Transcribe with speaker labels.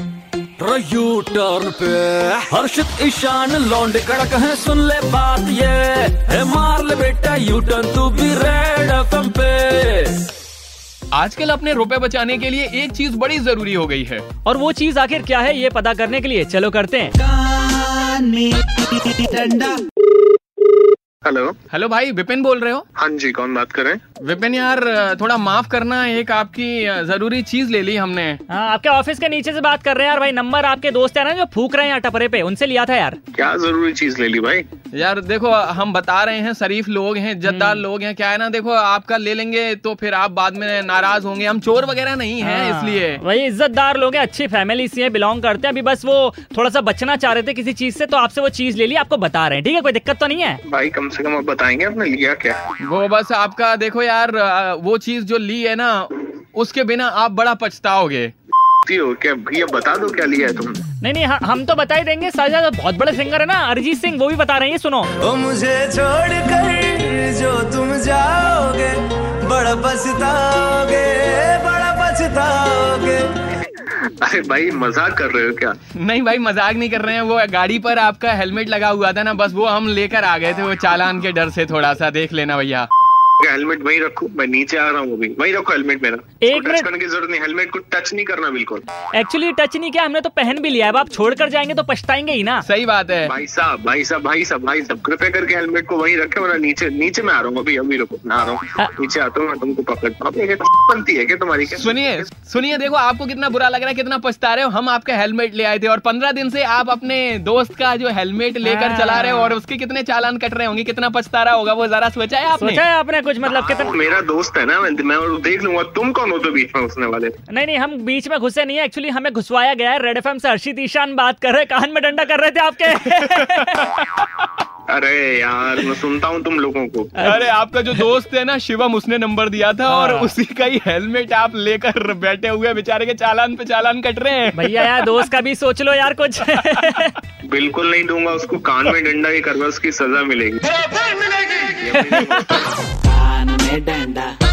Speaker 1: खटर U turn पे हर्षित ईशान लौंडे कड़क है सुन ले बात ये है मार ले बेटा यू टर्न तू भी रेड एफएम पे
Speaker 2: आजकल अपने रुपए बचाने के लिए एक चीज बड़ी जरूरी हो गई है
Speaker 3: और वो चीज आखिर क्या है ये पता करने के लिए चलो करते हैं
Speaker 4: हेलो
Speaker 2: हेलो भाई विपिन बोल रहे हो
Speaker 4: हाँ जी कौन बात कर रहे हैं
Speaker 2: विपिन यार थोड़ा माफ करना एक आपकी अ, जरूरी चीज ले ली हमने
Speaker 3: हाँ, आपके ऑफिस के नीचे से बात कर रहे हैं यार भाई नंबर आपके दोस्त है ना जो फूक रहे हैं यहाँ टपरे पे उनसे लिया था यार
Speaker 4: क्या जरूरी चीज ले ली भाई
Speaker 2: यार देखो हम बता रहे हैं शरीफ लोग हैं इज्जतदार लोग हैं क्या है ना देखो आपका ले लेंगे तो फिर आप बाद में नाराज होंगे हम चोर वगैरह नहीं हैं
Speaker 3: हाँ,
Speaker 2: इसलिए
Speaker 3: वही इज्जतदार लोग हैं अच्छी फैमिली से बिलोंग करते हैं अभी बस वो थोड़ा सा बचना चाह रहे थे किसी चीज से तो आपसे वो चीज ले ली आपको बता रहे हैं ठीक है कोई दिक्कत तो नहीं है
Speaker 4: भाई कम से कम आप बताएंगे आपने लिया क्या
Speaker 2: वो बस आपका देखो यार अ, वो चीज जो ली है ना उसके बिना आप बड़ा पछताओगे
Speaker 4: ती हो क्या भैया बता दो क्या लिया है तुमने
Speaker 3: नहीं नहीं ह- हम तो बता ही देंगे साजा तो बहुत बड़े सिंगर है ना अरिजीत सिंह वो भी बता रहे हैं ये सुनो
Speaker 5: ओ मुझे छोड़ कर जो तुम जाओगे बड़ा पछताओगे बड़ा पछताओगे
Speaker 4: अरे भाई मजाक कर रहे हो क्या
Speaker 2: नहीं भाई मजाक नहीं कर रहे हैं वो गाड़ी पर आपका हेलमेट लगा हुआ था ना बस वो हम लेकर आ गए थे वो चालान के डर से थोड़ा सा देख लेना भैया
Speaker 4: क्या हेलमेट वहीं रखो मैं नीचे आ रहा हूँ अभी वहीं रखो हेलमेट मेरा
Speaker 3: एक
Speaker 4: टच
Speaker 3: मिनट।
Speaker 4: करने की जरूरत नहीं हेलमेट को टच नहीं करना बिल्कुल
Speaker 3: एक्चुअली टच नहीं किया हमने तो पहन भी लिया अब आप छोड़ कर जाएंगे तो पछताएंगे ही ना
Speaker 2: सही बात है
Speaker 4: भाई साहब भाई साहब भाई साहब भाई साहब कृपया करके हेलमेट को वहीं रखे वरना नीचे नीचे मैं आ रहा हूँ अभी अभी रुको मैं आ रहा
Speaker 3: हाँ।
Speaker 4: हूँ नीचे आता हूँ मैं तुमको पकड़ता हूँ आपने क्या बनती है क्या तुम्हारी क्या
Speaker 2: सुनिए सुनिए देखो आपको कितना बुरा लग रहा है कितना पछता रहे हो हम आपका हेलमेट ले आए थे और पंद्रह दिन से आप अपने दोस्त का जो हेलमेट लेकर
Speaker 3: हाँ।
Speaker 2: चला रहे हो और उसके कितने चालान कट रहे होंगे कितना पछता रहा होगा वो जरा सोचा है आपने
Speaker 3: सोचा है आपने कुछ मतलब
Speaker 4: वो
Speaker 3: कितना
Speaker 4: मेरा दोस्त है ना मैं मैं और देख लूंगा तुम कौन हो तो बीच में घुसने वाले
Speaker 3: नहीं नहीं हम बीच में घुसे नहीं है एक्चुअली हमें घुसवाया गया है रेड एफ से हर्षित ईशान बात कर रहे हैं, कान में डंडा कर रहे थे आपके
Speaker 4: अरे यार मैं सुनता हूँ तुम लोगों को
Speaker 2: अरे आपका जो दोस्त है ना शिवम उसने नंबर दिया था और
Speaker 3: हाँ।
Speaker 2: उसी का ही हेलमेट आप लेकर बैठे हुए बेचारे के चालान पे चालान कट रहे हैं
Speaker 3: भैया यार दोस्त का भी सोच लो यार कुछ नहीं
Speaker 4: बिल्कुल नहीं दूंगा उसको कान में डंडा ही करवा उसकी सजा मिलेगी
Speaker 5: कान में डंडा